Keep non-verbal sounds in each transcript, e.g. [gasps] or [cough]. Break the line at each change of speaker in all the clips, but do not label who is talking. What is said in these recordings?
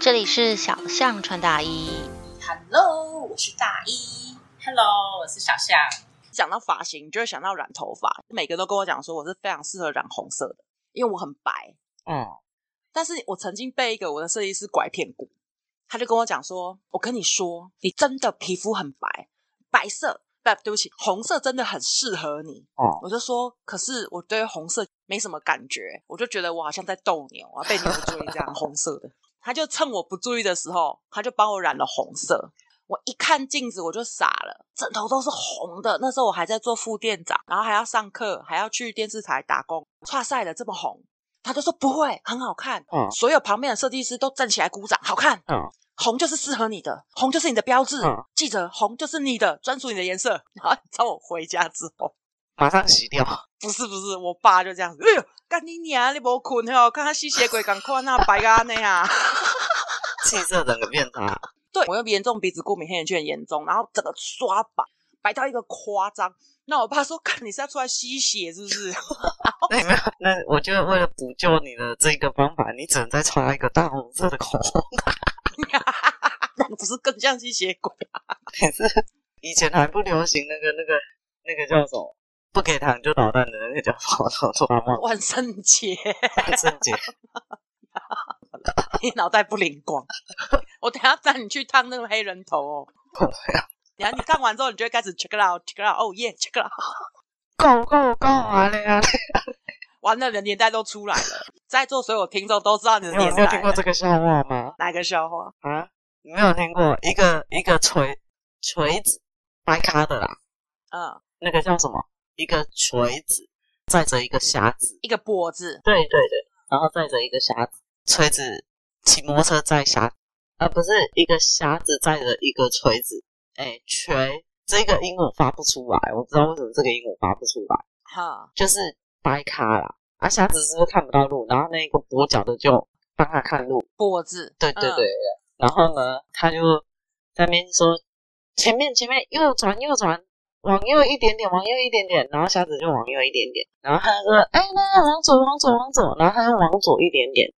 这里是小象穿大衣。
Hello，我是大一。
Hello，我是小象。
讲到发型，你就会想到染头发。每个都跟我讲说我是非常适合染红色的，因为我很白。
嗯，
但是我曾经被一个我的设计师拐骗过，他就跟我讲说：“我跟你说，你真的皮肤很白，白色不对不起，红色真的很适合你。”
哦
我就说：“可是我对红色没什么感觉，我就觉得我好像在斗牛啊，被牛追这样红色的。”他就趁我不注意的时候，他就帮我染了红色。我一看镜子我就傻了，枕头都是红的。那时候我还在做副店长，然后还要上课，还要去电视台打工。哇塞了，这么红，他就说不会，很好看。
嗯
所有旁边的设计师都站起来鼓掌，好看。
嗯
红就是适合你的，红就是你的标志。
嗯
记着，红就是你的专属你的颜色。 [laughs] 然后你知道我回家之后，
马上洗掉。
不是不是，我爸就这样子，哎呦，干你娘，你没困哦，看他吸血鬼，赶快那白咖那啊。
[laughs] 气色整个变差。
对我又严重鼻子过敏，黑眼圈很严重，然后整个刷白，白到一个夸张。那我爸说：“看你是要出来吸血是不是？” [laughs]
那你没有，那我就为了补救你的这个方法，你只能再擦一个大红色的口 [laughs] 红。
那个不是更像吸血鬼？啊
还是以前还不流行那个那个那个叫什么？不给糖就捣蛋的那个叫什么？我突然忘了。
万圣节，
万圣节
你脑袋不灵光。 [laughs] 我等一下带你去烫那个黑人头哦。然后你烫完之后，你就会开始 check it out，check it out，哦耶，check it out。
够够够完了呀！
完了，你的年代都出来了，在座所有听众都知道你的
你
年
有没有听
代
过
了。
这个笑话吗？
哪个笑话？
啊，你没有听过一个一个锤锤子白咖的啦，
嗯，
那个叫什么？一个锤子载着一个匣子，
一个脖子，
对对对，然后载着一个匣子，锤子骑摩托车载匣，啊不是一个匣子载着一个锤子，哎锤这个英文发不出来，我不知道为什么这个英文发不出来，
哈，
就是白咖啦，啊匣子是不是看不到路，然后那个跛脚的就帮他看路。
脖子，
对对对
嗯
对，然后呢，他就在那边说前面前面右转右转，往右一点点，往右一点点，然后瞎子就往右一点点，然后他就说哎那往左往左往左，然后他又往左一点点，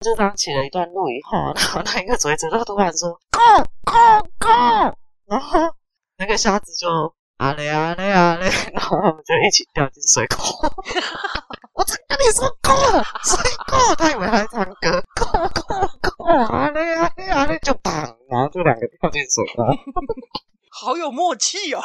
就这样骑了一段路以后，啊 [laughs] 然后那一个锤子就突然说 go go go，然后那个瞎子就啊嘞啊嘞啊嘞， [laughs] 然后我们就一起掉进水沟。 [laughs] 我在跟你说够了，所以够了，他以为他在唱歌，够了够了够了，啊嘞啊嘞啊嘞，就砰，然后就两个跳进水了。
好有默契哦。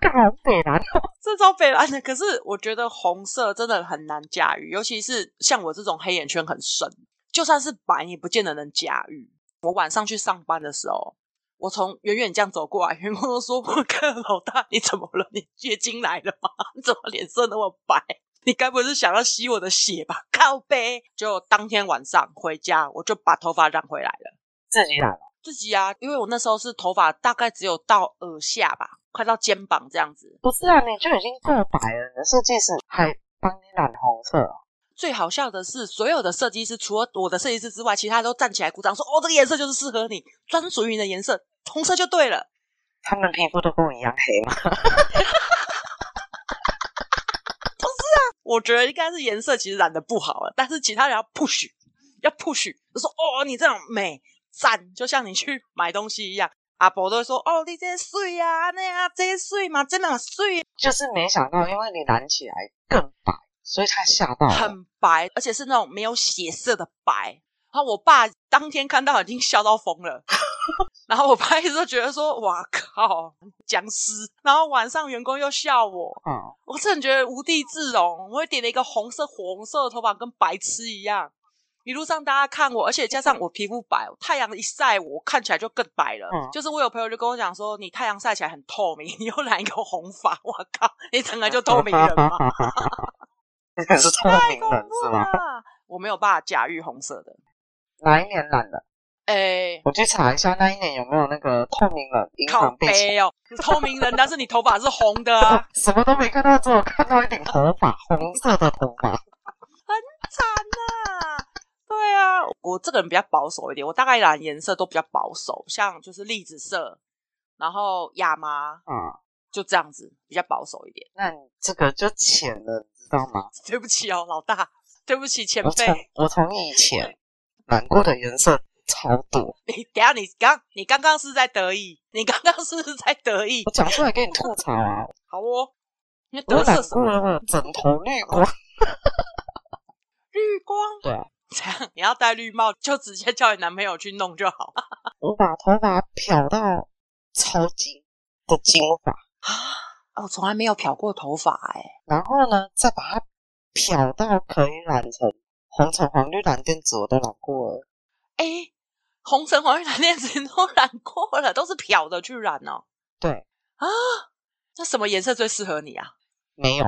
干嘛北南？
这招北蓝的，可是我觉得红色真的很难驾驭，尤其是像我这种黑眼圈很深，就算是白也不见得能驾驭。我晚上去上班的时候，我从远远这样走过来，员工都说：“我看 [laughs] 老大，你怎么了？你月经来了吗？你怎么脸色那么白？你该不会是想要吸我的血吧？”靠背，就当天晚上回家，我就把头发染回来了。
自己染
自己啊，因为我那时候是头发大概只有到耳下吧，快到肩膀这样子，
不是啊，你就已经够白了，你的设计师还帮你染红色哦，
最好笑的是，所有的设计师除了我的设计师之外，其他都站起来鼓掌说：“哦，这个颜色就是适合你，专属于你的颜色，红色就对了。
他们皮肤都跟我一样黑吗？”
我觉得应该是颜色其实染的不好了，但是其他人要 push，要 push，就说：“哦，你这样美赞，就像你去买东西一样。”阿伯都会说：“哦，你这碎啊，那啊，这碎嘛，真的啊碎，
就是没想到，因为你染起来更白，所以他吓到了。
很白，而且是那种没有血色的白。”然后我爸当天看到已经笑到疯了。 [laughs] 然后我爸一直都觉得说：“哇靠，僵尸！”然后晚上员工又笑我，
嗯，
我真的觉得无地自容。我也点了一个红色、火红色的头发，跟白痴一样。一路上大家看我，而且加上我皮肤白，太阳一晒我，看起来就更白了。
嗯
就是我有朋友就跟我讲说：“你太阳晒起来很透明，你又染一个红发，我靠，你整个就透明人嘛，
你可是透
太
明
恐
人
怖
[laughs] 是吗？
了！”我没有办法驾驭红色的。
哪一年染的？
诶，
我去查一下那一年有没有那个透明人银
靠
行被抢
背哦，透明人，但是你头发是红的
[laughs]
啊。
什么都没看到，只有看到一顶头发，红色的头发。
惨呐、对啊，我这个人比较保守一点，我大概染颜色都比较保守，像就是栗子色，然后亚麻
嗯，
就这样子，比较保守一点。 [laughs]
那你这个就浅了，你知道吗？
对不起哦，老大，对不起前
我从
辈。
我从以前难过的颜色超多。
你等一下你刚你刚刚是在得意，你刚刚是不是在得意
我？讲出来给你吐槽啊！
好哦，你
我
得
染
瑟什
过啊
么？
了枕头绿光，
绿光？
对啊，
这样你要戴绿帽，就直接叫你男朋友去弄就好。 [gasps]
我把头发漂到超金的金发，
哦，从来没有漂过头发哎、
然后呢，再把它漂到可以染成红橙黄绿蓝靛紫，我都染过了。
哎、红橙黄绿蓝靛紫都染过了，都是漂的去染哦。
对
啊，那什么颜色最适合你啊？
没有，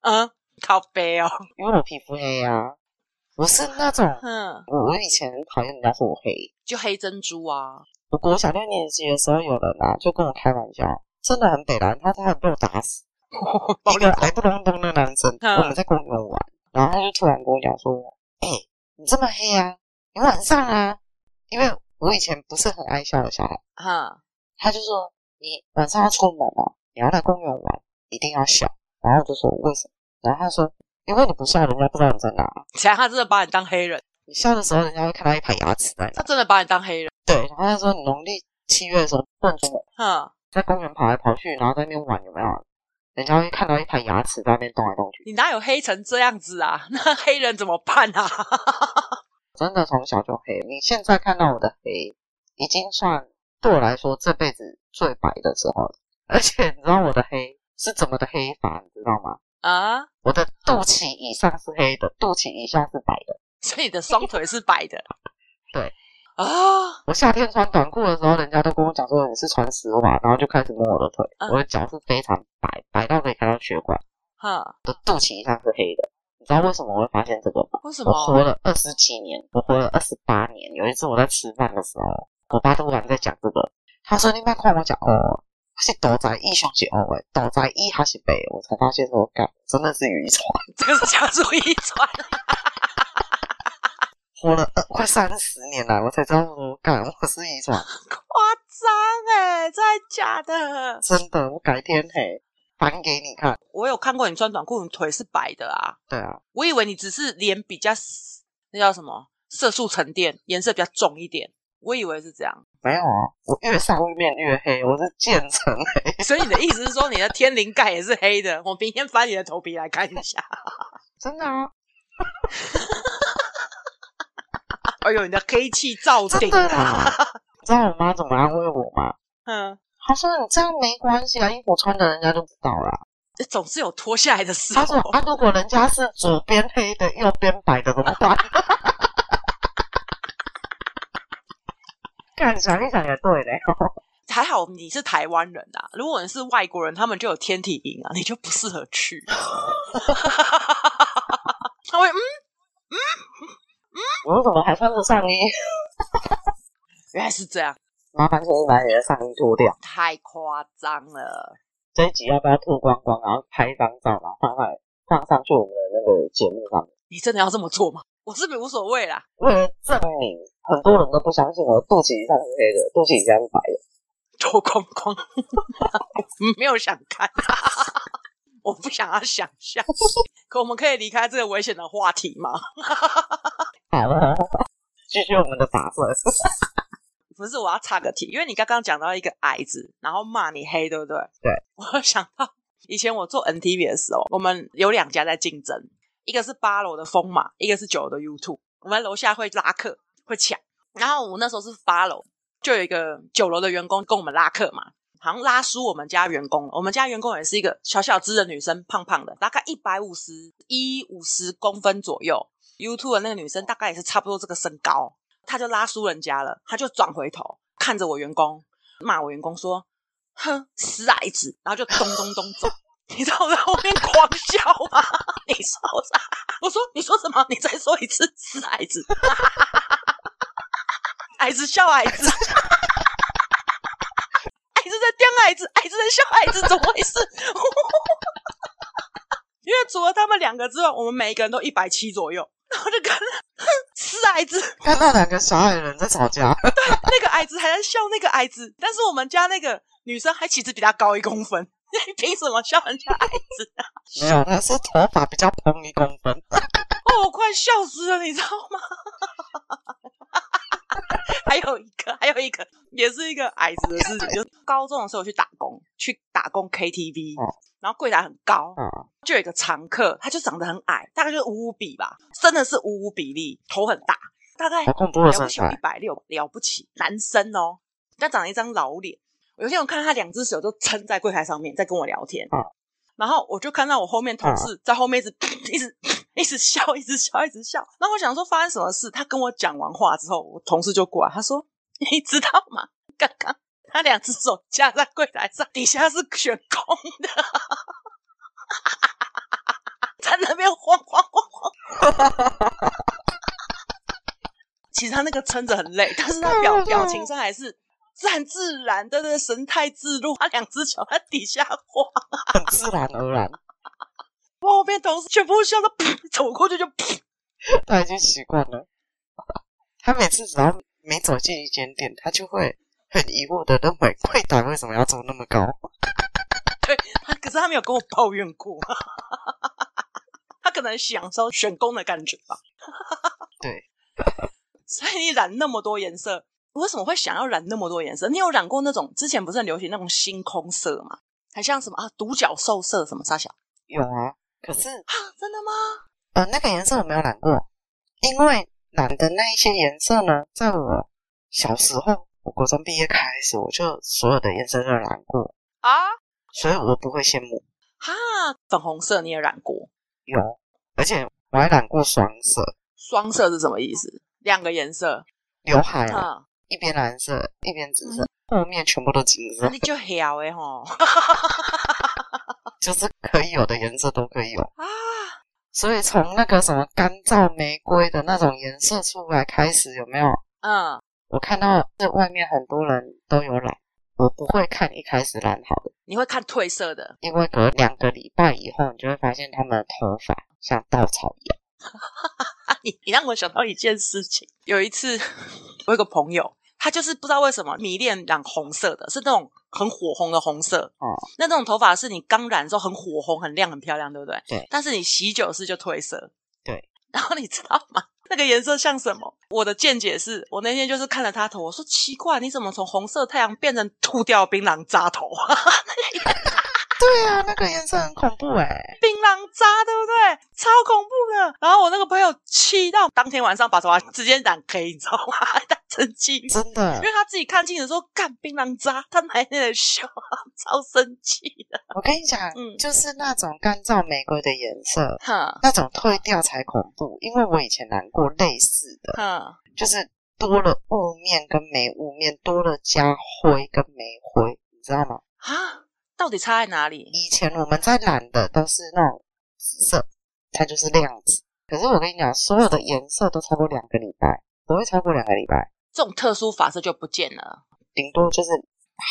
嗯，靠背哦。
因为我皮肤黑啊，我是那种
嗯，
我我以前很讨厌人家说我黑。
就黑珍珠 [laughs] 啊。
我国小六年级的时候，有人啊就跟我开玩笑，真的很北蓝，他差点被我打死。
暴
一
力
个矮不隆咚的男生，
嗯
我们在公园玩，然后他就突然跟我讲说：“哎、你这么黑啊，你晚上啊，因为我以前不是很爱笑的小孩，
哈，
他就说你晚上要出门啊，你要来公园玩，一定要笑。”然后我就说为什么？然后他说：“因为你不笑，人家不知道你在哪。
想他真的把你当黑人，
你笑的时候，人家会看到一排牙齿在
他
那。
真的把你当黑人。”
对，然后他说你农历七月的时候不能出门，
哼，
在公园跑来跑去，然后在那边玩，有没有？人家会看到一排牙齿在那边动来动去。
你哪有黑成这样子啊？ [laughs] 那黑人怎么办啊？ [laughs]
真的从小就黑。你现在看到我的黑，已经算对我来说这辈子最白的时候了。而且你知道我的黑是怎么的黑法，你知道吗？
啊，
我的肚脐以上是黑的，肚脐以下是白的。
所以你的双腿是白的。
对
啊，
我夏天穿短裤的时候，人家都跟我讲说你是穿丝袜，然后就开始摸我的腿。
嗯
我的脚是非常白，白到可以看到血管。
哈，
我的肚脐以上是黑的，你知道为什么我会发现这个吗？
为什
我活
么？
了二十几年，我活了二十八年。有一次我在吃饭的时候，我爸突然在讲这个，他说：“你别看我讲哦，是斗在一雄是哦诶，斗在一还是北？”我才发现说，干，真的是遗传。
这个是家族遗传。 [laughs]
活了二快三十年了，我才知道说，干，我是遗传，
夸张哎，真的假的？
真的。我改天嘿翻给你看。
我有看过你穿短裤，你腿是白的啊，
对啊，
我以为你只是脸比较那叫什么色素沉淀，颜色比较重一点，我以为是这样。
没有啊，我越晒会变越黑，我是渐层黑。
所以你的意思是说你的天灵盖也是黑的？我明天翻你的头皮来看一下。
[laughs]
[laughs]
真的啊，
哎呦，你的黑气罩
真
顶
的
啊！
啦。你知道我妈怎么安慰我吗？
嗯，
她说：“你这样没关系啊，衣服穿的人家就知道啦。”
总是有脱下来的时
[laughs] 他说
候。
啊，如果人家是左边黑的，右边白的怎么办？ [laughs] 看想一想也对嘞，
还好你是台湾人啊，如果你是外国人，他们就有天体营啊，你就不适合去。他会嗯，
我怎么还穿着上衣？
原来是这样，
麻烦可以把你的上衣脱掉。
太夸张了。
这一集要不要脱光光，然后拍一张照，然后放上放上去我们的那个节目上面？
你真的要这么做吗？我是无所谓啦，
为了证明，很多人都不相信我肚脐以上是黑的，肚脐以下是白的。
脱光光， [laughs] 没有想看， [laughs] 我不想要想象。可我们可以离开这个危险的话题吗？
好了， [laughs] 继续我们的打 [laughs] 算。
不是，我要插个题，因为你刚刚讲到一个矮子，然后骂你黑，对不对？
对，
[laughs] 我想到以前我做 NTV 的时候，我们有两家在竞争，一个是八楼的风马，一个是九楼的 U Two。我们楼下会拉客，会抢。然后我那时候是八楼，就有一个九楼的员工跟我们拉客嘛，好像拉输我们家员工了。我们家员工也是一个小小只的女生，胖胖的，大概一百五十一五十公分左右。U Two 的那个女生大概也是差不多这个身高，他就拉输人家了，他就转回头看着我员工，骂我员工说：“哼，死矮子！”然后就咚咚咚走。 [laughs] 你知道我在后面狂笑吗？ [laughs] 你说啥？我说你说什么？你再说一次，死矮子！ [laughs] 矮子笑矮子，矮子在叼矮子，矮子在笑矮子，怎么回事？ [laughs] 因为除了他们两个之外，我们每一个人都一百七左右，然后就跟哼死矮子，
看到两个小矮人在吵 [laughs] 架，
那个矮子还在笑那个矮子，但是我们家那个女生还其实比他高一公分， [laughs] 你凭什么笑人家矮子？
没有，他是头发比较蓬一公分。
哦，我快笑死了，你知道吗？ [laughs] 还有一个，还有一个，也是一个矮子的事情，就是高中的时候去打工，去打工 KTV，、
哦
然后柜台很高，
嗯
就有一个常客，他就长得很矮，大概就是五五比吧，真的是五五比例，头很大，大概
好恐怖的
了
身
不起有一
材，
百六，了不起，男生哦，他长了一张老脸。有些人看他两只手都撑在柜台上面，在跟我聊天，
嗯
然后我就看到我后面
啊
同事在后面一直一直一直笑，一直笑，一直笑。然后我想说发生什么事，他跟我讲完话之后，我同事就过来，他说：“你知道吗？刚刚他两只手架在柜台上，底下是悬空的，在那边晃晃晃晃。其实他那个撑着很累，但是他表表情上还是自然自然的，对神态自若，他两只脚在底下晃。
很自然而然， [laughs]
我后面同事全部笑到，噗走过去就噗
他已经习惯了。他每次只要每走进一间店，他就会很疑惑的认为柜台为什么要做那么高？
对他， [laughs] 可是他没有跟我抱怨过， [laughs] 他可能享受选工的感觉吧。
对，
[laughs] 所以你染那么多颜色，为什么会想要染那么多颜色？你有染过那种之前不是很流行那种星空色吗？还像什么啊，独角兽色什么沙小
有啊，可是
啊？ [laughs] 真的吗？
呃，那个颜色我没有染过，因为染的那一些颜色呢，在我小时候，我国中毕业开始，我就所有的颜色都染过，
啊
所以我不会羡慕。
哈，粉红色你也染过，
有，而且我还染过双色，
双色是什么意思？两个颜色
刘海啊，
啊，
一边蓝色，一边紫色，后面全部都金
那
色，
你就黑哎吼
[laughs]
[laughs]
就是可以有的颜色都可以有。
啊！
所以从那个什么干燥玫瑰的那种颜色出来开始，有没有？
嗯，
我看到这外面很多人都有染，我不会看一开始染好的。
你会看褪色的，
因为隔两个礼拜以后，你就会发现他们的头发像稻草一样。
啊，你你让我想到一件事情，有一次我有个朋友，他就是不知道为什么迷恋染红色的，是那种很火红的红色。
哦，
那这种头发是你刚染的时候很火红、很亮、很漂亮，对不对？
对
但是你洗久是就褪色。
对。
然后你知道吗？那个颜色像什么？我的见解是我那天就是看了他头，我说奇怪，你怎么从红色太阳变成秃掉槟榔渣头？啊
对啊，那个颜色很恐怖哎、
槟榔渣，对不对？超恐怖的。然后我那个朋友气到当天晚上把头发直接染黑，你知道吗？他生气，因
真的，
为他自己看镜子说干槟榔渣，他奶奶的笑，超生气的。
我跟你讲，
嗯
就是那种干燥玫瑰的颜色，
哼
那种褪掉才恐怖。因为我以前染过类似的，
哼，
就是多了雾面跟没雾面，多了加灰跟没灰，你知道吗？
啊，到底差在哪里？
以前我们在染的都是那种紫色，它就是亮紫。可是我跟你讲，所有的颜色都超过两个礼拜，不会超过两个礼拜。
这种特殊发色就不见了
顶多就是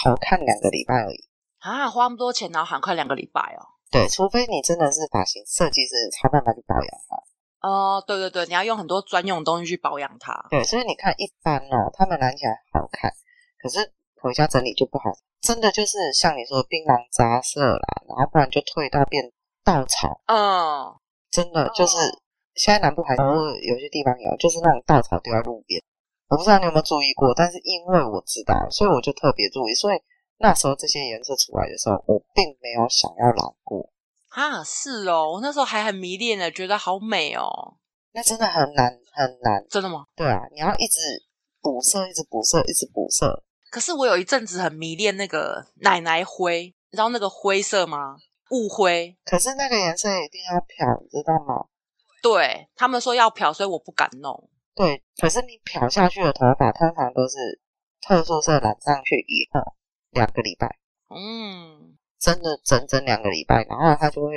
好看两个礼拜而已。
啊！花那么多钱，然后喊快两个礼拜哦。
对，除非你真的是发型设计师，才有办法去保养它。
哦，对对对，你要用很多专用的东西去保养它。
对，所以你看，一般哦，他们染起来好看，可是回家整理就不好。真的就是像你说槟榔杂色啦，然后不然就退到变稻草，
嗯，
真的就是、现在南部还偶尔有些地方有，就是那种稻草丢在路边。我不知道你有没有注意过，但是因为我知道，所以我就特别注意。所以那时候这些颜色出来的时候，我并没有想要染过。
啊，是哦，我那时候还很迷恋呢，觉得好美哦。
那真的很难很难，
真的吗？
对啊，你要一直补色，一直补色，一直补色，
可是我有一阵子很迷恋那个奶奶灰，你知道那个灰色吗？雾灰，
可是那个颜色一定要漂，你知道吗？
对他们说要漂，所以我不敢弄。
对，可是你漂下去的头发通常都是特殊色染上去以后两个礼拜，
嗯，
真的整整两个礼拜，然后它就会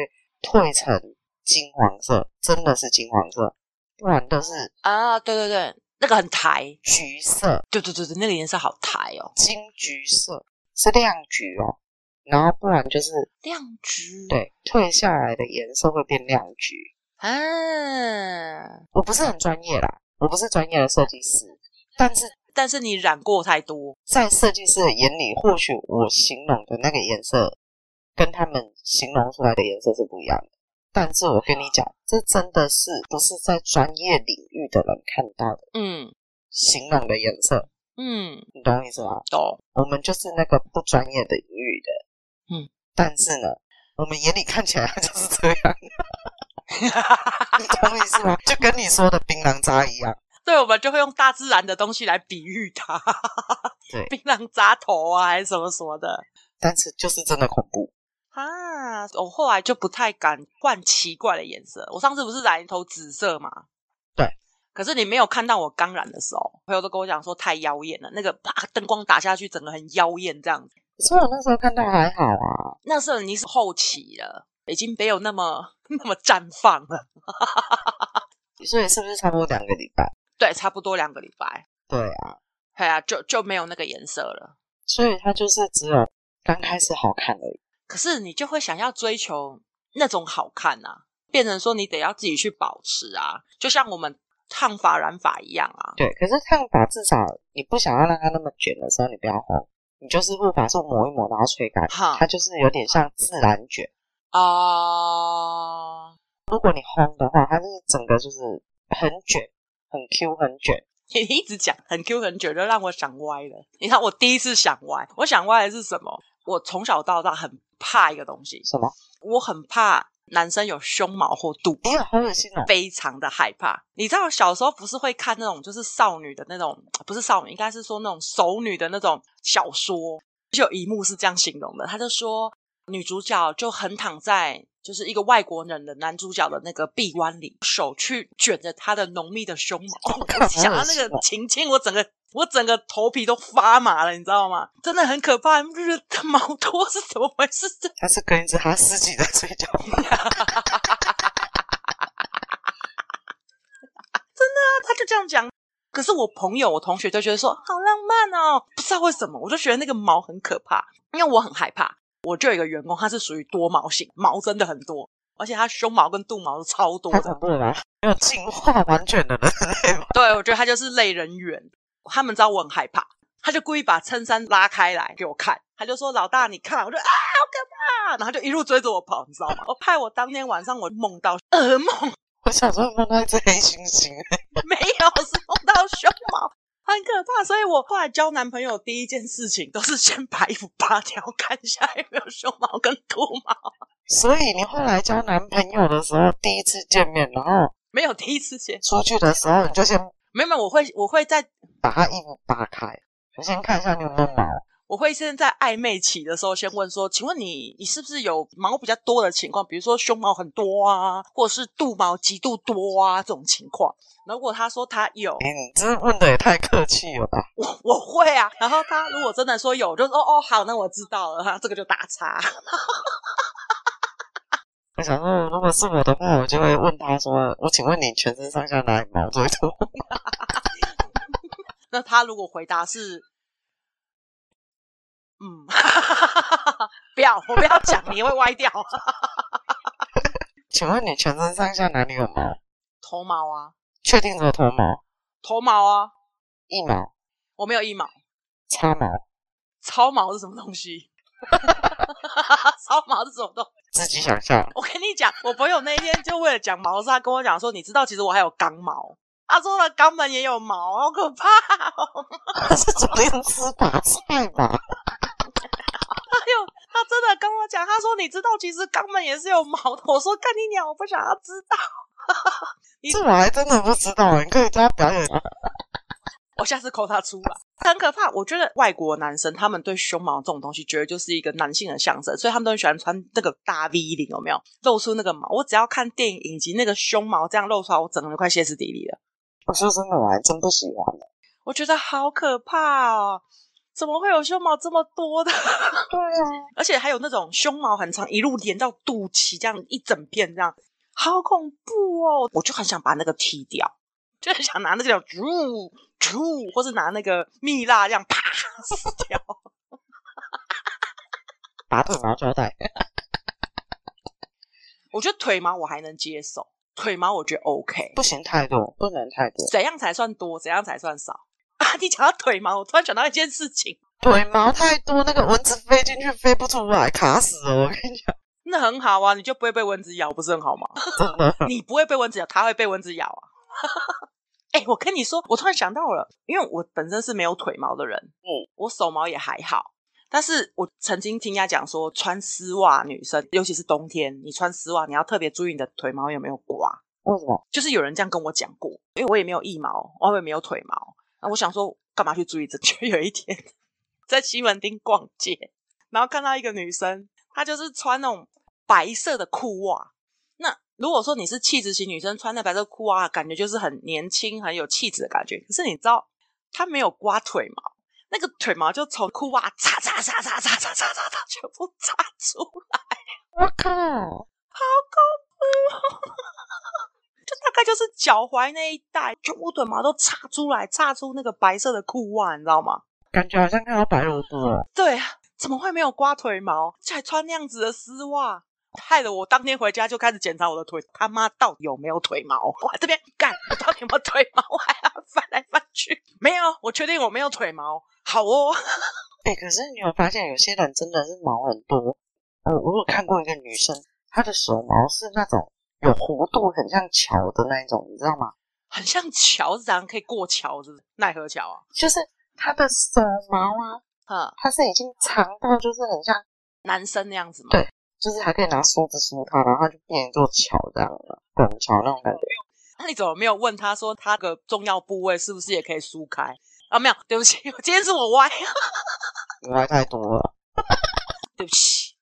褪成金黄色，真的是金黄色，不然都是
啊，对对对，那个很台，
橘色、
对对对对，那个颜色好台哦，
金橘色，是亮橘哦，然后不然就是
亮橘，，
对褪下来的颜色会变亮橘。
啊，
我不是很专业啦，我不是专业的设计师，但是
但是你染过太多，
在设计师的眼里，或许我形容的那个颜色跟他们形容出来的颜色是不一样的。但是我跟你讲，这真的是不是在专业领域的人看到的
嗯
形容的颜色，
嗯，
你懂我意思吗？
懂，
我们就是那个不专业的领域的，
嗯，
但是呢，我们眼里看起来就是这样，你懂我意思吗？就跟你说的槟榔渣一样，
对，我们就会用大自然的东西来比喻它，
对
槟榔渣头啊，还是什么什么的。
但是就是真的恐怖，
啊，我后来就不太敢换奇怪的颜色。我上次不是染一头紫色嘛？
对。
可是你没有看到我刚染的时候，朋友都跟我讲说太妖艳了，那个啪灯光打下去，整个很妖艳这样子。
可是我那时候看到还好啊，
那时候已经是后期了，已经没有那么 [laughs] 那么绽放了。
所以是不是差不多两个礼拜？
对，差不多两个礼拜，
对啊，
哎呀、就就没有那个颜色了。
所以它就是只有刚开始好看而已。
可是你就会想要追求那种好看啊，变成说你得要自己去保持啊，就像我们烫发染发一样啊。
对，可是烫发至少你不想要让它那么卷的时候，你不要烘，你就是护发素抹一抹，然后吹干，
哈
它就是有点像自然卷。
啊、
如果你烘的话，它是整个就是很卷，很 Q，很卷。
你一直讲很 Q 很久，就让我想歪了。你看，我第一次想歪，我想歪的是什么？我从小到大很怕一个东西，
什么？
我很怕男生有胸毛或肚皮，
你有好恶心哦！
非常的害怕。你知道小时候不是会看那种就是少女的那种，不是少女，应该是说那种熟女的那种小说，就有一幕是这样形容的，他就说女主角就横躺在。就是一个外国人的男主角的那个臂弯里，手去卷着他的浓密的胸毛，
我靠，
想到
好恶
那
心
个
哦！
情境，我整个我整个头皮都发麻了，你知道吗？真的很可怕，你不觉得它毛多是怎么回事？这
它是跟一只哈士奇在睡觉吗？
他就这样讲。可是我朋友、我同学就觉得说好浪漫哦，不知道为什么，我就觉得那个毛很可怕，因为我很害怕。我就有一个员工，他是属于多毛型，毛真的很多，而且他胸毛跟肚毛都超多
太
的。
恐怖了吧！没有进化完全的人类吧？
对，我觉得他就是类人猿。他们知道我很害怕，他就故意把衬衫拉开来给我看，他就说：“老大，你看。”我就啊，好可怕！然后就一路追着我跑，你知道吗？我怕我当天晚上我梦到噩梦，
[laughs] 我小时候梦到一只黑猩猩，欸
[laughs] 没有是梦到胸毛，很可怕。所以我后来交男朋友第一件事情都是先把衣服扒掉，看一下有没有胸毛跟兔毛。
所以你后来交男朋友的时候，第一次见面，然后
没有第一次先，
出去的时候，你就先
没有没有，我会我会在
把他衣服扒开，我先看一下你有没有毛。
我会先在暧昧期的时候先问说：“请问你，你是不是有毛比较多的情况？比如说胸毛很多啊，或者是肚毛极度多啊这种情况？”如果他说他有，
哎、你这问的也太客气了吧？
我我会啊。然后他如果真的说有，我就说：“哦哦，好，那我知道了。”这个就打叉。
我想说，如果是我的话，我就会问他说：“我请问你全身上下哪里毛最多
那他如果回答是“嗯”， [laughs] 不要，我不要讲，你会歪掉。？”啊
请问你全身上下哪里有毛？
头毛啊，
确定只有头毛、
头毛啊，
腋毛、
我没有一毛。
插毛、
超毛是什么东西？ [laughs] 超毛是什么东西？
自己想象。 [laughs]
我跟你讲，我朋友那一天就为了讲毛的时候，他跟我讲说，你知道其实我还有肛毛，他说了肛门也有毛，好可怕哦！
他是昨天吃把菜吧？
还有他真的跟我讲，他说你知道其实肛门也是有毛的，我说干你鸟，我不想要知道。你
这我还真的不知道，欸你可以叫他表演啊。
我下次扣他出来，很可怕。我觉得外国男生他们对胸毛这种东西，觉得就是一个男性的象征，所以他们都很喜欢穿那个大 V 领，有没有露出那个毛？我只要看电影影集那个胸毛这样露出来，我整个人快歇斯底里了。
我说真的，我还真不喜欢。
我觉得好可怕哦！怎么会有胸毛这么多的？ [laughs]
对啊，
而且还有那种胸毛很长，一路连到肚脐，这样一整片，这样好恐怖哦！我就很想把那个剃掉，就很想拿那个猪猪，或是拿那个蜜蜡这样啪 [laughs] 撕掉。
把腿毛胶带。
我觉得腿毛我还能接受，腿毛我觉得 OK。
不行太多，不能太多。
怎样才算多？怎样才算少？啊，你讲到腿毛，我突然想到一件事情，
腿毛太多，那个蚊子飞进去飞不出来，卡死了。我跟你讲，
那很好啊，你就不会被蚊子咬，不是很好吗？ [laughs]
[laughs] 真的，
你不会被蚊子咬，它会被蚊子咬啊。哎、我跟你说，我突然想到了，因为我本身是没有腿毛的人，
嗯，
我手毛也还好。但是我曾经听人家讲说，穿丝袜女生，尤其是冬天，你穿丝袜，你要特别注意你的腿毛有没有刮。
为什么？
就是有人这样跟我讲过，因为我也没有腋毛，我也没有腿毛，那我想说干嘛去注意这？就 [laughs] 有一天在西门町逛街，然后看到一个女生，她就是穿那种白色的裤袜。那如果说你是气质型女生，穿那白色裤袜，感觉就是很年轻、很有气质的感觉。可是你知道，她没有刮腿毛，那个腿毛就从裤袜擦擦擦擦擦擦擦擦，全部擦出来。
我靠！
就大概就是脚踝那一带，全部腿毛都插出来，插出那个白色的裤袜，你知道吗？
感觉好像看到白俄罗了。
对啊，怎么会没有刮腿毛？还穿那样子的丝袜，害得我当天回家就开始检查我的腿，他妈到底有没有腿毛？我这边干，我到底有没有腿毛？我还要翻来翻去，没有，我确定我没有腿毛。好哦， [laughs]
哎、可是你有发现有些人真的是毛很多？呃，我有看过一个女生，她的手毛是那种有弧度，很像桥的那一种，你知道吗？
很像桥，是怎样可以过桥，是不是？奈何桥啊？
就是她的手毛啊，
哈，
它是已经长到就是很像，
男生那样子吗？
对就是还可以拿梳子梳它，然后它就变成一座桥这样了，拱桥那种感觉。
那你怎么没有问他说他的重要部位是不是也可以梳开啊？没有，对不起， [laughs] 今天是我歪，
你来太多了，
对不起，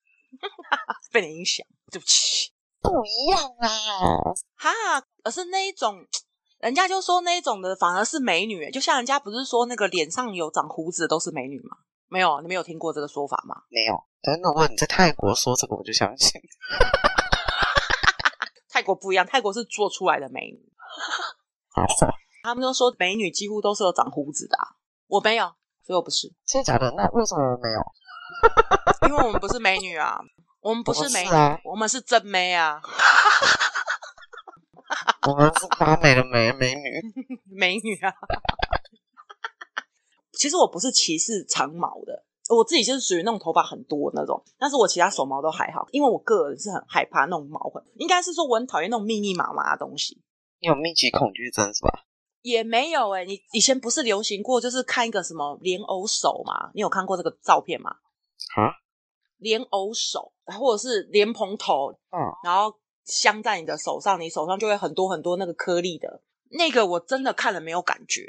[laughs] 被你影响，对不起。
不一样啊啦。
哈，而是那一种，人家就说那一种的反而是美女，欸就像人家不是说那个脸上有长胡子的都是美女吗？没有，你没有听过这个说法吗？
没有，等等，如果你在泰国说这个，我就相信。
泰国不一样，泰国是做出来的美女，
好，
他们都说美女几乎都是有长胡子的、啊，我没有，所以我不是，
真的假的？那为什么我没有？
因为我们不是美女啊，我们不是美女，
我啊，
我们是真妹啊。
我们是发美的美美女。
美女啊。其实我不是歧视长毛的，我自己就是属于那种头发很多那种，但是我其他手毛都还好，因为我个人是很害怕那种毛很，应该是说我很讨厌那种密密麻麻的东西。
你有密集恐惧症是吧？
也没有哎、你以前不是流行过，就是看一个什么莲藕手嘛？你有看过这个照片吗？
啊？
莲藕手，或者是莲蓬头，
嗯，
然后镶在你的手上，你手上就会很多很多那个颗粒的。那个我真的看了没有感觉，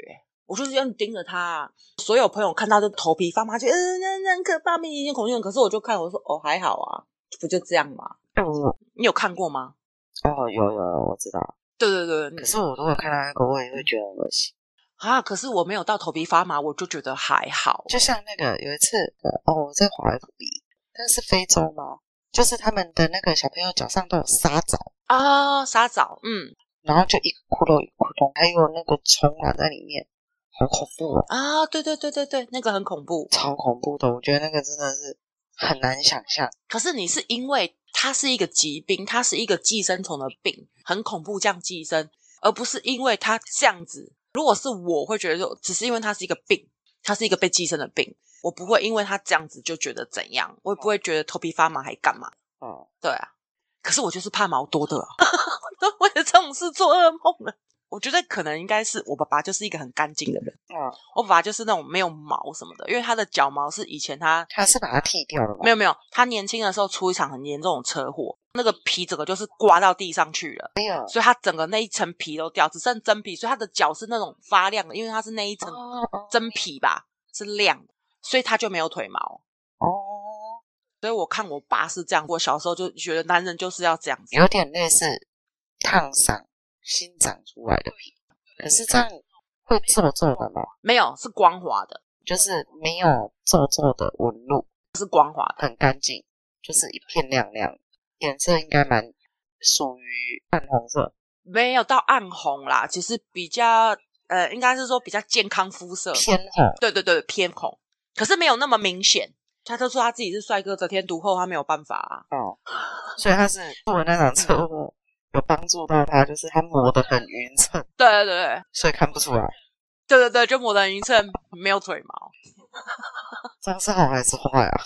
我就是这样盯着它。所有朋友看到就头皮发麻，就嗯、呃，那那很可怕，密集性恐惧症。可是我就看，我说哦还好啊，不就这样嘛。
哎、我
你有看过吗？
哦，有有有，我知道。
对对对，你
可是我如果看到那个，我也会觉得恶心。
啊，可是我没有到头皮发麻，我就觉得还好。
就像那个有一次，呃哦，我在滑 FB，但是非洲嘛，就是他们的那个小朋友脚上都有沙枣，
啊，沙枣，嗯
然后就一个窟窿一个窟窿，还有那个虫卵在里面，好恐怖哦，
啊，对对对对对，那个很恐怖。
超恐怖的。我觉得那个真的是很难想象。
可是你是因为它是一个疾病，它是一个寄生虫的病，很恐怖这样寄生，而不是因为它这样子。如果是我会觉得说，只是因为它是一个病，它是一个被寄生的病，我不会因为它这样子就觉得怎样，我也不会觉得头皮发麻还干嘛。
嗯，
对啊，可是我就是怕毛多的、啊， [laughs] 我都为了这种事做噩梦了。我觉得可能应该是我爸爸就是一个很干净的人，
嗯，
我爸爸就是那种没有毛什么的，因为他的脚毛是以前他
他是把它剃掉嗯了吗？
没有没有，他年轻的时候出一场很严重的车祸，那个皮整个就是刮到地上去了，
没有。
所以他整个那一层皮都掉，只剩真皮，所以他的脚是那种发亮的，因为它是那一层
哦哦
真皮吧，是亮的，所以他就没有腿毛。
哦，
所以我看我爸是这样，我小时候就觉得男人就是要这样子。
有点类似烫伤新长出来的皮，可是这样会皱皱的吗？
没有，是光滑的，
就是没有皱皱的纹路，
是光滑的。
很干净，就是一片亮亮，颜色应该蛮属于暗红色。
没有到暗红啦，其实比较呃，应该是说比较健康肤色，
偏红，
对对对，偏红，可是没有那么明显。他就说他自己是帅哥，得天独厚，他没有办法啊。
哦，所以他是做了那场车祸，有帮助到他，就是他磨得很匀称，
对对对
所以看不出来，
对对对，就抹得很匀称，没有腿毛。
这样是好还是坏啊？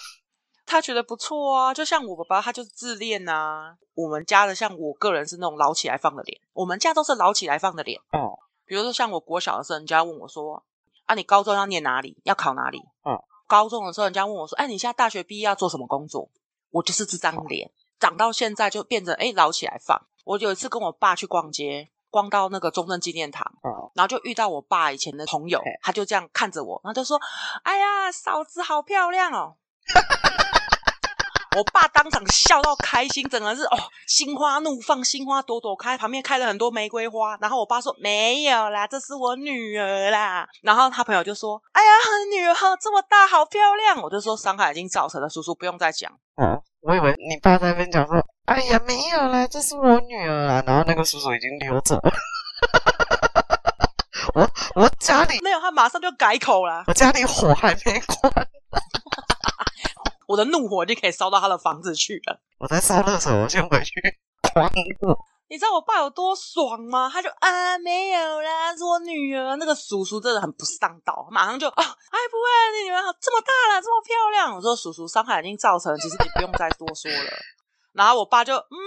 他觉得不错啊，就像我爸爸，他就是自恋啊。我们家的像我个人是那种捞起来放的脸，我们家都是捞起来放的脸。
哦，
比如说像我国小的时候，人家问我说：“啊，你高中要念哪里？要考哪里？”
嗯，
高中的时候，人家问我说：“哎，你现在大学毕业要做什么工作？”我就是这张脸，长到现在就变成哎捞起来放。我有一次跟我爸去逛街，逛到那个中正纪念堂，
哦，
然后就遇到我爸以前的朋友
嘿，
他就这样看着我，然后就说：“哎呀，嫂子好漂亮哦！” [laughs] 我爸当场笑到开心，整个人是哦，心花怒放，心花朵朵开，旁边开了很多玫瑰花。然后我爸说：“没有啦，这是我女儿啦。”然后他朋友就说：“哎呀，女儿好这么大，好漂亮。”哦我就说：“伤害已经造成了，叔叔不用再讲。
嗯，我以为你爸在那边讲说，哎呀，没有啦，这是我女儿啦，然后那个叔叔已经溜走了。 [laughs] 我我家里”
没有，他马上就改口啦。
我家里火还没关，
我的怒火就可以烧到他的房子去了。
我在烧热水，我先回去关了。
你知道我爸有多爽吗？他就啊没有啦，是我女儿。那个叔叔真的很不上道，马上就啊，哎不会，你女儿好这么大了，这么漂亮。我说叔叔，伤害已经造成了，其实你不用再多说了。然后我爸就嗯，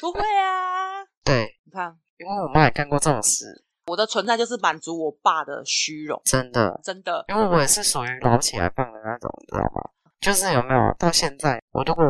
不会啊。
对，
你看
因为我妈也干过这种事，
我的存在就是满足我爸的虚荣，
真的，
真的。
因为我也是属于捞起来放的那种，你知道吗？就是有没有到现在，我如果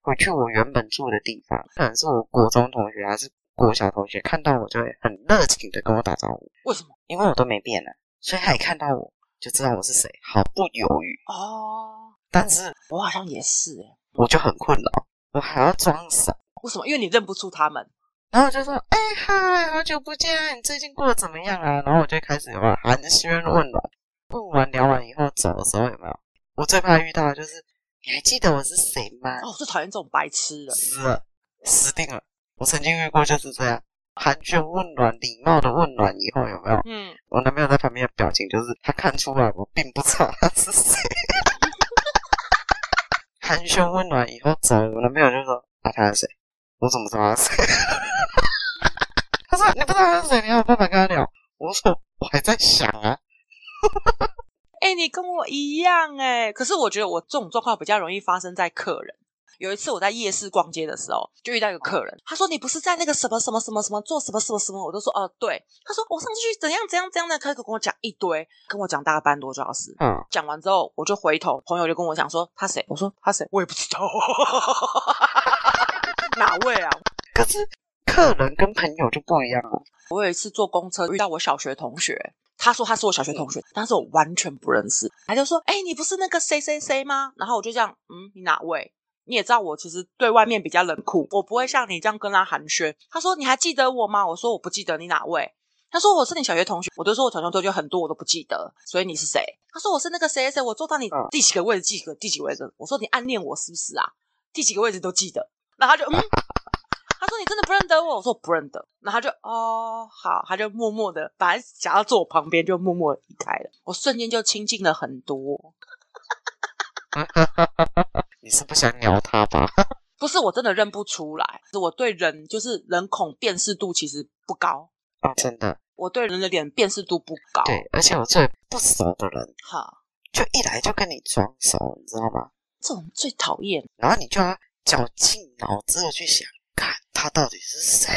回去我原本住的地方，可能是我国中同学还是国小同学，看到我就会很热情的跟我打招呼，
为什么？
因为我都没变啊，所以他一看到我就知道我是谁，毫不犹豫。
哦，
但是
我好像也是耶，
我就很困扰，我还要装傻，
为什么？因为你认不出他们。
然后我就说：“哎、嗨，好久不见啊，你最近过得怎么样啊？”然后我就开始有没有寒暄问暖，问完聊完以后走的时候有没有？我最怕遇到的就是你还记得我是谁吗？
哦，我最讨厌这种白痴了。
死了，死定了！我曾经遇过就是这样，寒暄问暖，礼貌的问暖以后有没有？
嗯，
我男朋友在旁边的表情就是他看出来我并不知道他是谁。寒暄问暖以后走，我男朋友就说：“啊，他是谁？我怎么知道他是谁？” [laughs] 他说：“你不知道他是谁，你还有办法跟他聊？”我说：“我还在想啊。
哎、你跟我一样哎、可是我觉得我这种状况比较容易发生在客人。有一次我在夜市逛街的时候，就遇到一个客人，他说：“你不是在那个什么什么什么什么做什么什么什么？”我就说：“哦、对。”他说：“我上次去怎样怎样怎样的，他跟我讲一堆，跟我讲大概半多小时”。
嗯，
讲完之后，我就回头，朋友就跟我讲说：“他谁？”我说：“他谁？我也不知道， [laughs] 哪位啊？”
可是客人跟朋友就不一样了。
我有一次坐公车遇到我小学同学，他说他是我小学同学，但是我完全不认识。他就说：“哎、你不是那个谁谁谁吗？”然后我就这样，嗯，你哪位？你也知道我其实对外面比较冷酷，我不会像你这样跟他寒暄。他说：“你还记得我吗？”我说：“我不记得你哪位。”他说：“我是你小学同学。”我就说：“我小学同学很多我都不记得，所以你是谁？”他说：“我是那个谁谁谁，我坐到你
嗯
第几个位置，第几个第几个位置。”我说：“你暗恋我是不是啊？第几个位置都记得？”然后他就嗯，他说你真的不认得我？我说我不认得。然后他就哦好，他就默默的，本来想要坐我旁边，就默默地离开了。我瞬间就亲近了很多。
你是不想聊他吧？ [laughs]
不是我真的认不出来，我对人就是人孔辨识度其实不高，
啊，真的，
我对人的脸辨识度不高。
对，而且我最不熟的人，
哈，
就一来就跟你装熟，你知道吗？
这种最讨厌
然后你就要绞尽脑汁的去想，看他到底是谁。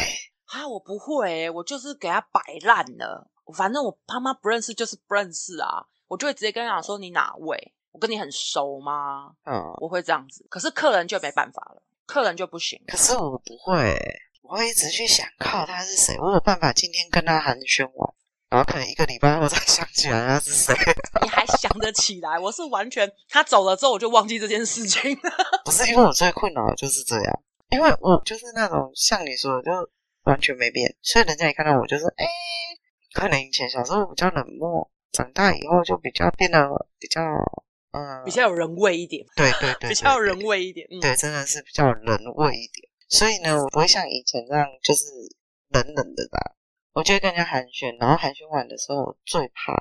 啊！我不会欸、我就是给他摆烂了。反正我他妈不认识就是不认识啊，我就会直接跟他讲说你哪位？我跟你很熟吗？
嗯，
我会这样子，可是客人就没办法了，客人就不行。
可是我不会欸、我会一直去想，靠他是谁？我有办法今天跟他寒暄完，然后可能一个礼拜后才 [laughs] 想起来他是谁。
你还想得起来？我是完全他走了之后我就忘记这件事情了。
不是因为我最困扰的就是这样，因为我就是那种像你说的，就完全没变，所以人家一看到我就是哎、可能以前小时候比较冷漠，长大以后就比较变得比较
[laughs]
嗯，
比较有人味一点，
对对对，
[laughs] 比较有
对
人味一点。嗯，
对，真的是比较人味一点。所以呢，我不会像以前那样就是冷冷的啦，我就会跟人家寒暄，然后寒暄完的时候，我最怕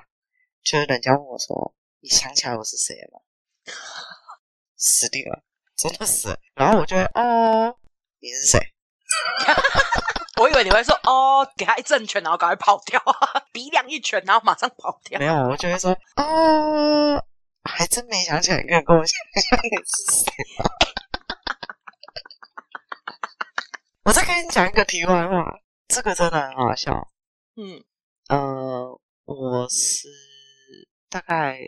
就是人家问我说：“你想起来我是谁了吗？”死定了，真的死了。然后我就会哦，你是谁？
我以为你会说哦，给他一正拳，然后赶啊 [laughs] 快跑掉，鼻梁一拳，然后马上跑掉
没。有，我就会说哦，还真没想起来，可以跟我想想你是谁。我再跟你讲一个题外话，这个真的很好笑。
嗯，
呃，我是大概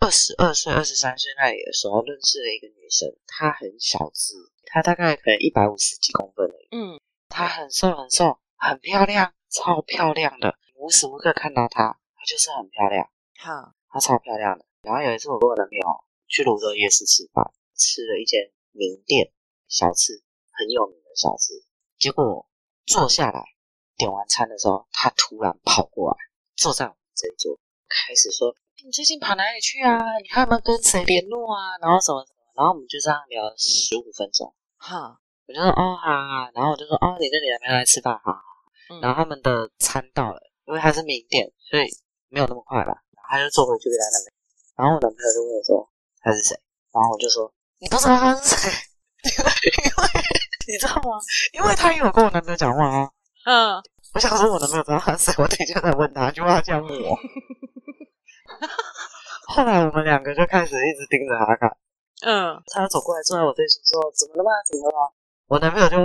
二十二岁、二十三岁那里的时候认识了一个女生，她很小只，她大概可能一百五十几公分而已。
嗯，
她很瘦很瘦，很漂亮，超漂亮的。无时无刻看到她，她就是很漂亮。
好，
她超漂亮的。然后有一次我跟我男朋友去泸州夜市吃饭，吃了一间名店小吃，很有名的小吃。结果坐下来点完餐的时候，她突然跑过来，坐在我们这一桌，开始说：“你最近跑哪里去啊？你还有没有跟谁联络啊？然后什么什么？”然后我们就这样聊了十五分钟。
好，
我就说哦好啊，然后我就说哦，你跟你男朋友来吃饭好啊。
嗯
然后他们的餐到了，因为他是名店，所以没有那么快吧。然后他就坐回去给他男朋友，然后我男朋友就问我说他是谁，然后我就说你不知道他是谁， [laughs] 因为因为你知道吗？因为他也有跟我男朋友讲话啊。
嗯，
我想说我男朋友知道他是谁，我等一下再问他，就怕他这样问我。后来我们两个就开始一直盯着他看。
嗯，
他走过来坐在我对面说：“怎么了吗？怎么了吗？”我男朋友就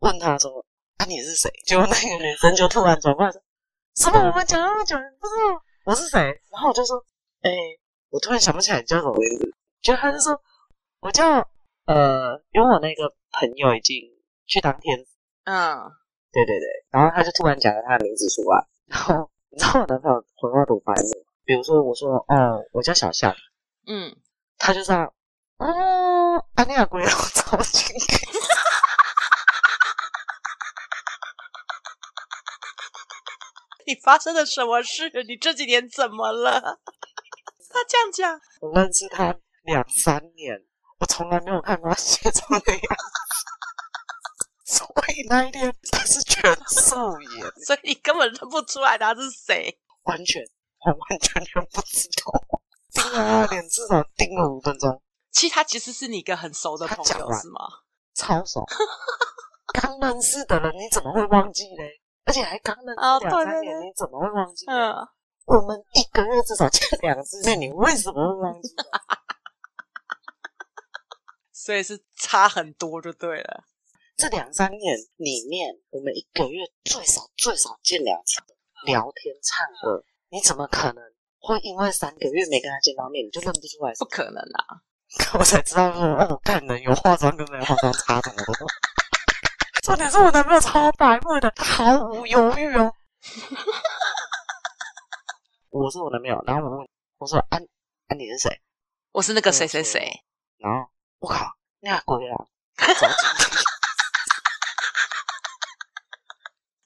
问他说：“啊，你是谁？”结果那个女生就突然转过来说：“什么？我们讲了那么久，你不知道我是谁？”然后我就说：“哎、我突然想不起来你叫什么名字。”结果他就说：“我叫呃，因为我那个朋友已经去当天使，
嗯，
对对对。”然后他就突然讲了他的名字出来，然后你知道我男朋友回话多白目，比如说我说：“哦，我叫小夏。”
嗯，
他就这样，嗯，啊，你俩鬼佬超级给。
你发生了什么事？你这几年怎么了？ [laughs] 他这样讲，
[laughs] 我认识他两三年，我从来没有看过他卸妆的样子， [laughs] 所以那一天他是全素颜，
所以你根本认不出来他是谁。
完全完完全全不知道。盯了他的脸至少盯了五分钟，
其实他其实是你一个很熟的
他
朋
讲
友，
完
是吗？
超熟。
[laughs]
刚认识的人你怎么会忘记嘞？而且还刚认
哦
识
对
两三
对
年，
对
你怎么会忘记嘞？
嗯，
我们一个月至少见两次面，你为什么会忘记？
所以是差很多就对了。
这两三年里面，我们一个月最少最少见两次，
嗯
聊天唱歌，你怎么可能会因为三个月没跟他见到面，你就认不出来？
不可能啊！
我才知道说，哦，看人有化妆跟没化妆差这么多。重点是我男朋友超白目的，他毫无犹
[laughs]
豫哦。我是我男朋友，然后我问，我说安安、你是谁？
我是那个谁谁谁，
然后我靠，那鬼啊！早知道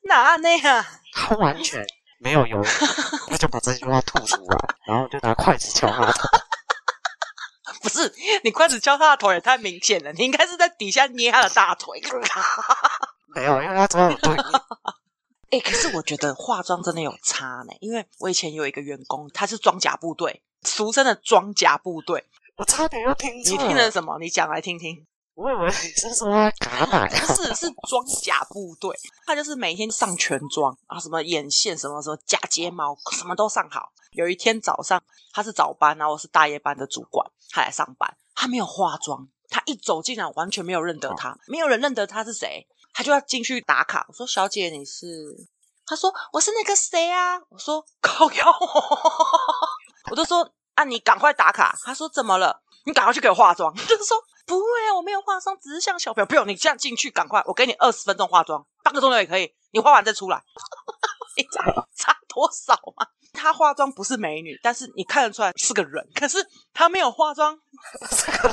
哪啊那样？
他完全没有犹豫，他就把这句话吐出来，然后就拿筷子敲他的头。
[laughs] 不是你筷子敲他的头也太明显了，你应该是在底下捏他的大腿。 [laughs]
没有，因为他昨晚有对立，
哎、可是我觉得化妆真的有差呢，因为我以前有一个员工，他是装甲部队，俗称的装甲部队。
我差点又听错
你听了什么？你讲来听听。
我以为你是说他嘎奶
不
啊， [laughs]
是，是装甲部队，他就是每天上全装啊，什么眼线，什么什么假睫毛，什么都上好。有一天早上，他是早班，然后我是大夜班的主管，他来上班，他没有化妆，他一走进来完全没有认得他，没有人认得他是谁，他就要进去打卡。我说：“小姐，你是？”他说：“我是那个谁啊。”我说：“靠腰。” [laughs] 我就说：“啊，你赶快打卡。”他说：“怎么了？”你赶快去给我化妆。 [laughs] 就是说不会啊，我没有化妆，只是像小朋友。不用，你这样进去，赶快，我给你二十分钟化妆，半个钟头也可以，你化完再出来。 [laughs] 你知道差多少吗？她化妆不是美女，但是你看得出来是个人。可是她没有化妆，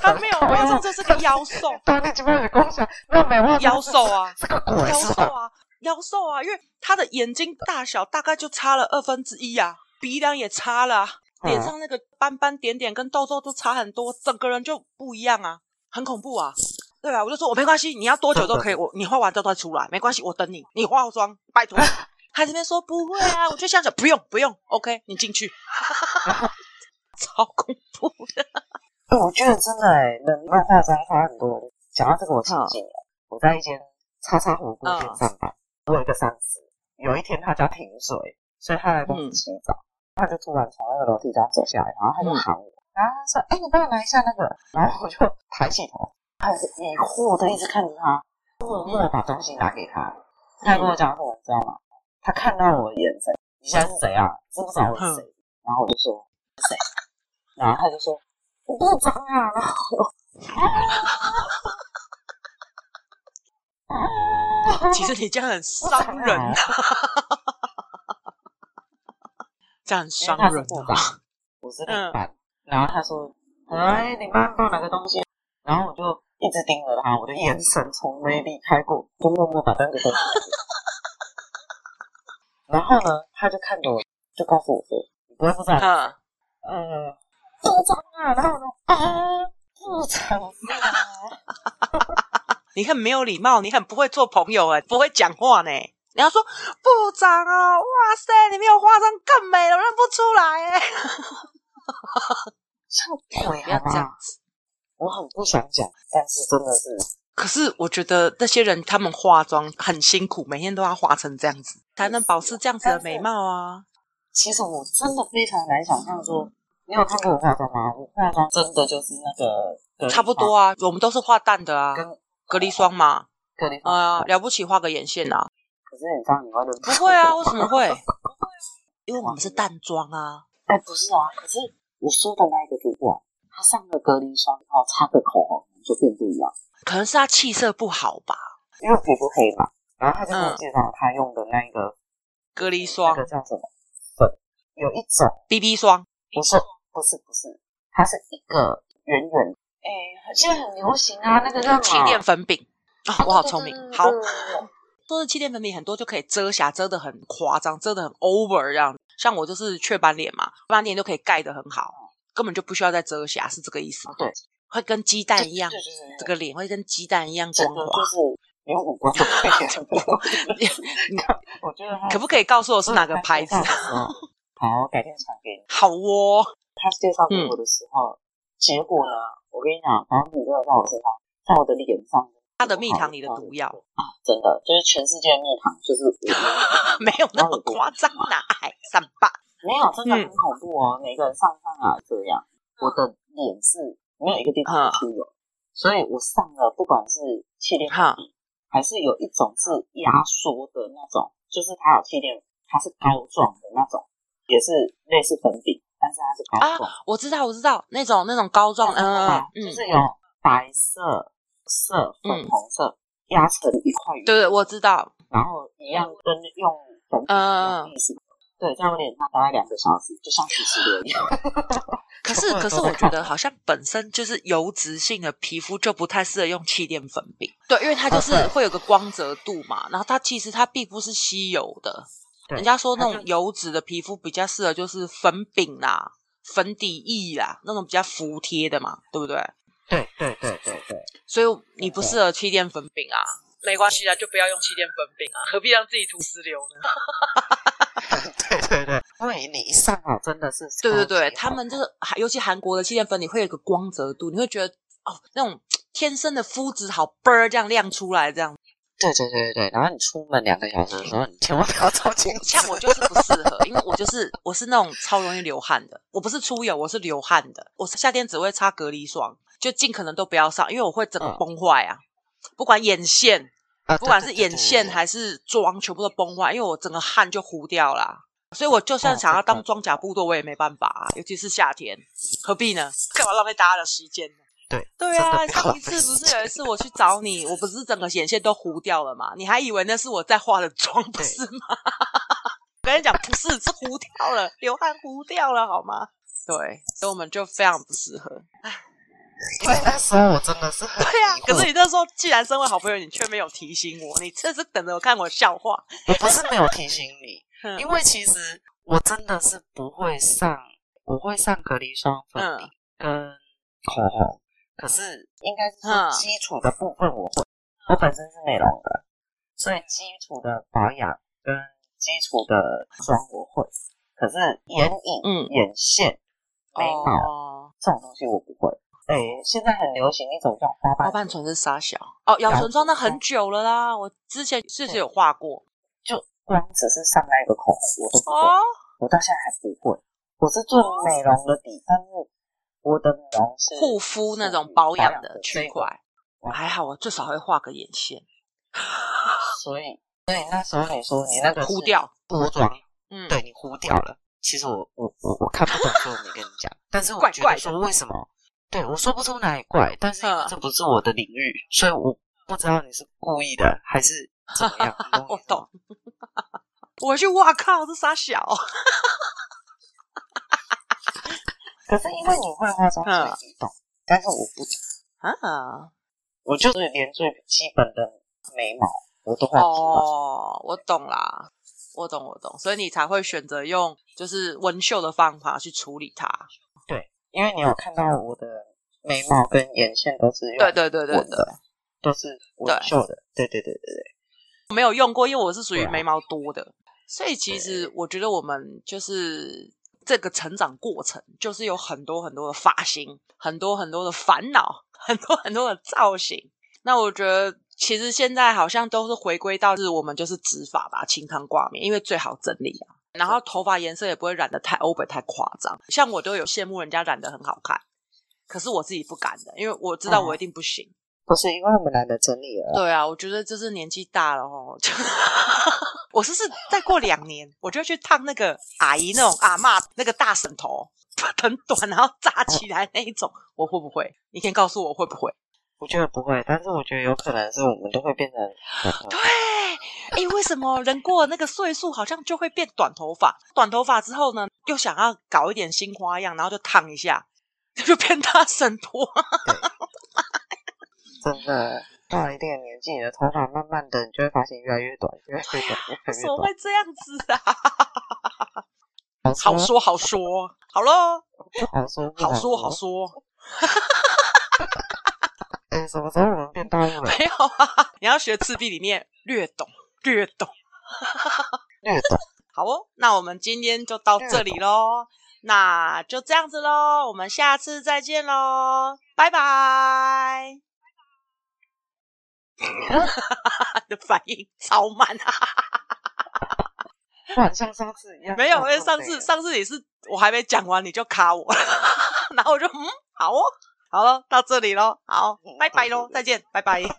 她没有化妆就是个妖兽，
当你去帮你共享，那没化
妖兽啊！
这个鬼
妖
是
兽
吧？
啊，妖兽啊，因为他的眼睛大小大概就差了二分之一啊，鼻梁也差了、啊，
嗯
脸上那个斑斑点点跟痘痘都差很多，整个人就不一样啊，很恐怖啊。对啊，我就说我没关系，你要多久都
[laughs]
可以，我你化完之后再出来，没关系，我等你，你化妆，拜
[laughs]
托。他这边说不会啊，我就想想，不用不用，OK，你进
[laughs]
去，超恐怖的。
哎我觉得真的哎，能让化妆差很多。讲到这个，我想
好
起我在一间叉叉火锅店
嗯
上班，我有一个上司，有一天他家
嗯
停水，所以他来帮我洗澡，他就突然从那个楼梯上走下来，然后他就
嗯
喊我，然后他说：“哎、你帮我拿一下那个。”然后我就抬起头，很疑惑的一直看着他，默默的把东西拿给他。他
嗯
跟我讲什么，你知道吗？他看到我的眼神，你现在是谁啊？知不知道我是谁？然后我就说是谁，然后他就说我部长啊，然后我就啊。啊
其实你这样很伤人啊，
[laughs]
这样很
因为
伤
他哎是
人嗯
部
啊。
长，我是领班。然后他说：“哎，领班帮我拿个东西。”然后我就一直盯着他，我的眼神从没离开过，就默默把那个东西拿给他。然后呢，他就看着我，就告诉我说：“你不会不知道，
嗯，
呃，部长啊。”然后我说：“啊，部长啊。
你很没有礼貌，你很不会做朋友哎，不会讲话呢。你要说部长哦，哇塞，你没有化妆更美了，认不出来哎。”
像鬼
不要
好
这样
吗？
子。
我很不想讲，但是真的是
可是我觉得那些人他们化妆很辛苦，每天都要化成这样子，才能保持这样子的美貌啊。
其实我真的非常难想象说，你有看过我化妆吗？我化妆真的就是那个隔离
差不多啊，我们都是化淡的啊，
跟
隔离霜嘛。
隔离霜。
啊、了不起画个眼线啊，
可是你知道你会认
不会
[laughs]
啊，为什么会？因为我们是淡妆啊。
哎，不是啊，可是我说的那个主管，他上了隔离霜后擦个口红就变不一样，
可能是他气色不好吧，
因为我皮肤黑嘛。然后他就跟我
嗯
介绍他用的那个、
隔离霜
那、个叫什么粉，有一种
BB 霜，
不是不是不是，它是一个圆圆。哎，现在很流行啊，那个叫什么
气垫粉饼啊，我好聪明
对对。对
好
对，对对
说是气垫粉饼很多就可以遮瑕，遮的很夸张，遮的很 over 这样。像我就是雀斑脸嘛，雀斑脸就可以盖的很好，根本就不需要再遮瑕，是这个意思吗。
对，
会跟鸡蛋一样
对，对对对对
这个脸会跟鸡蛋一样
整
光
个
滑
就。是连五官都快点我觉得他
可不可以告诉我是哪个牌子
他？介绍的时候好，改天传给你。
好哦， [laughs]
他介绍给我的时候，结果呢，我跟你讲，然后你真的在我身上，在我的脸上，
他的蜜糖里的毒药，
真的就是全世界的蜜糖，就是我
没有那
哦
么夸张啦，哎，三八。
没有，真的
嗯
很恐怖哦。每个人上上来这样，我的脸是没有一个地
嗯
方是出油，所以我上了不管是气垫
哈
还是有一种是压缩的那种，就是它有气垫，它是膏状的那种，也是类似粉饼，但是它是膏状。
我知道，我知道，那种那种膏状，啊嗯嗯
就
嗯，
是有白色、色、粉红色、压成一块圆，
对对，我知道，
然后一样跟用粉饼一
嗯
样意思。对，在我脸上大概两个小时，就像洗石流一样。
可是，
我
可是
都在
我觉
看
得好像本身就是油脂性的皮肤就不太适合用气垫粉饼，对，因为它就是
对
会有个光泽度嘛，然后它其实它并不是吸油的，
对
人家说那
它
种
就
油脂的皮肤比较适合就是粉饼啦、粉底液啦那种比较服帖的嘛，对不对？
对对对对对，
所以你不适合气垫粉饼啊，没关系啊，就不要用气垫粉饼啊，何必让自己吐石榴呢？
对对对，因为你一上好真的是
对对
超级
对，
好
他们就是韩，尤其韩国的气垫粉，你会有一个光泽度，你会觉得哦，那种天生的肤质好啵儿这样亮出来，这样
对对对对对，然后你出门两个小时的时候，你千万不要照镜子。
像我就是不适合，因为我就是我是那种超容易流汗的，我不是出油，我是流汗的，我夏天只会擦隔离霜，就尽可能都不要上，因为我会整个
嗯
崩坏啊，不管眼线，
啊
不管
对
是
对对
眼线
对
还是妆，全部都崩坏，因为我整个汗就糊掉啦。所以我就算
嗯
想要
真的
当装甲部队，我也没办法、啊，尤其是夏天，何必呢？干嘛浪费大家的时间呢？
对
对
真的
啊，
不要
上一
浪
次
费
不
时
是有一
间
次我去找你，我不是整个眼线都糊掉了嘛？你还以为那是我在化的妆，不
对
是吗？ [laughs] 我跟你讲，不是，是糊掉了，流汗糊掉了，好吗？对，所以我们就非常不适
嗯
合。
因为那时候我真的是很
对啊，
疑惑
可是你那时候既然身为好朋友，你却没有提醒我，你这是等着我看我笑话。
我不是没有提醒你，
嗯
因为其实我真的是不会上，我会上隔离霜粉
嗯
底跟口红，可是应该是
嗯
说基础的部分我会，我本身是美容的，所以基础的保养跟基础的妆我会，可是眼影、
嗯
眼线、眉毛、
哦，
这种东西我不会。哎，现在很流行一种叫花
花
瓣
瓣唇是傻小哦，咬唇妆那很久了啦，我之前确实有画过
就光只是上那个口红我都不会。
哦。
我到现在还不会。我是做美容的底，但是我的美容是
护肤那种保养的
这
区
一
块。
嗯
还好，我最少会画个眼线，
所以所以那时候你说你那个
糊
是
掉。
波妆，
嗯，
对你糊掉了。其实我我我我看不懂，所以我没跟你讲。但是我
怪
觉
怪
得
的
说为什么？对我说不出哪里怪，但是因为
嗯
这不是我的领域，所以我不知道你是故意的还是怎么样。你
[laughs] 我
意思吗
懂。我去，哇靠，这傻小，
可是因为你会化妆，所
嗯
以你懂，但是我不懂，
啊！
我就是连最基本的眉毛我都画不到。
哦，我懂啦，我懂，我懂，所以你才会选择用就是纹绣的方法去处理它。
因为你有看到我的眉毛跟眼线都是用
对对对对
纹
对，
的，都是纹绣的。对对对对对，
我没有用过，因为我是属于
对啊
眉毛多的，所以其实我觉得我们就是这个成长过程，就是有很多很多的发型，很多很多的烦恼，很多很多的造型。那我觉得其实现在好像都是回归到是我们就是直发吧，清汤挂面，因为最好整理啊。然后头发颜色也不会染得太 over 太夸张，像我都有羡慕人家染得很好看，可是我自己不敢的，因为我
嗯
知道我一定不行。
不是因为我们懒得整理了。
对啊，我觉得就是年纪大了哦。就我是不是再过两年，我就去烫那个阿姨那种阿嬷那个大婶头，很短，然后扎起来那一种，我会不会？你先告诉我会不会？
我觉得不会，但是我觉得有可能是我们都会变成呃
对，哎，为什么人过了那个岁数，好像就会变短头发？短头发之后呢，又想要搞一点新花样，然后就烫一下，就变大婶头。啊
真的到了一定的年纪，你的头发慢慢的，你就会发现越来越短，越来越短，越
为
来
什
越
么
短
会。这样子啊？
好
好
说
说好说，好喽，
好说不
好说好
好。
说。
哎，什么时候我们变大陆了？
[laughs] 没有啊，你要学赤壁里面略懂略懂。
略懂。
好哦，那我们今天就到这里喽，那就这样子喽，我们下次再见喽，拜拜。 [laughs] 你的反应超慢啊！
不然像上次一样。
没有，因
像
为上
一
次
样
上次你是我还没讲完你就卡我了， [laughs] 然后我就嗯好哦，好了，到这里喽，好，拜拜喽，再见，拜拜。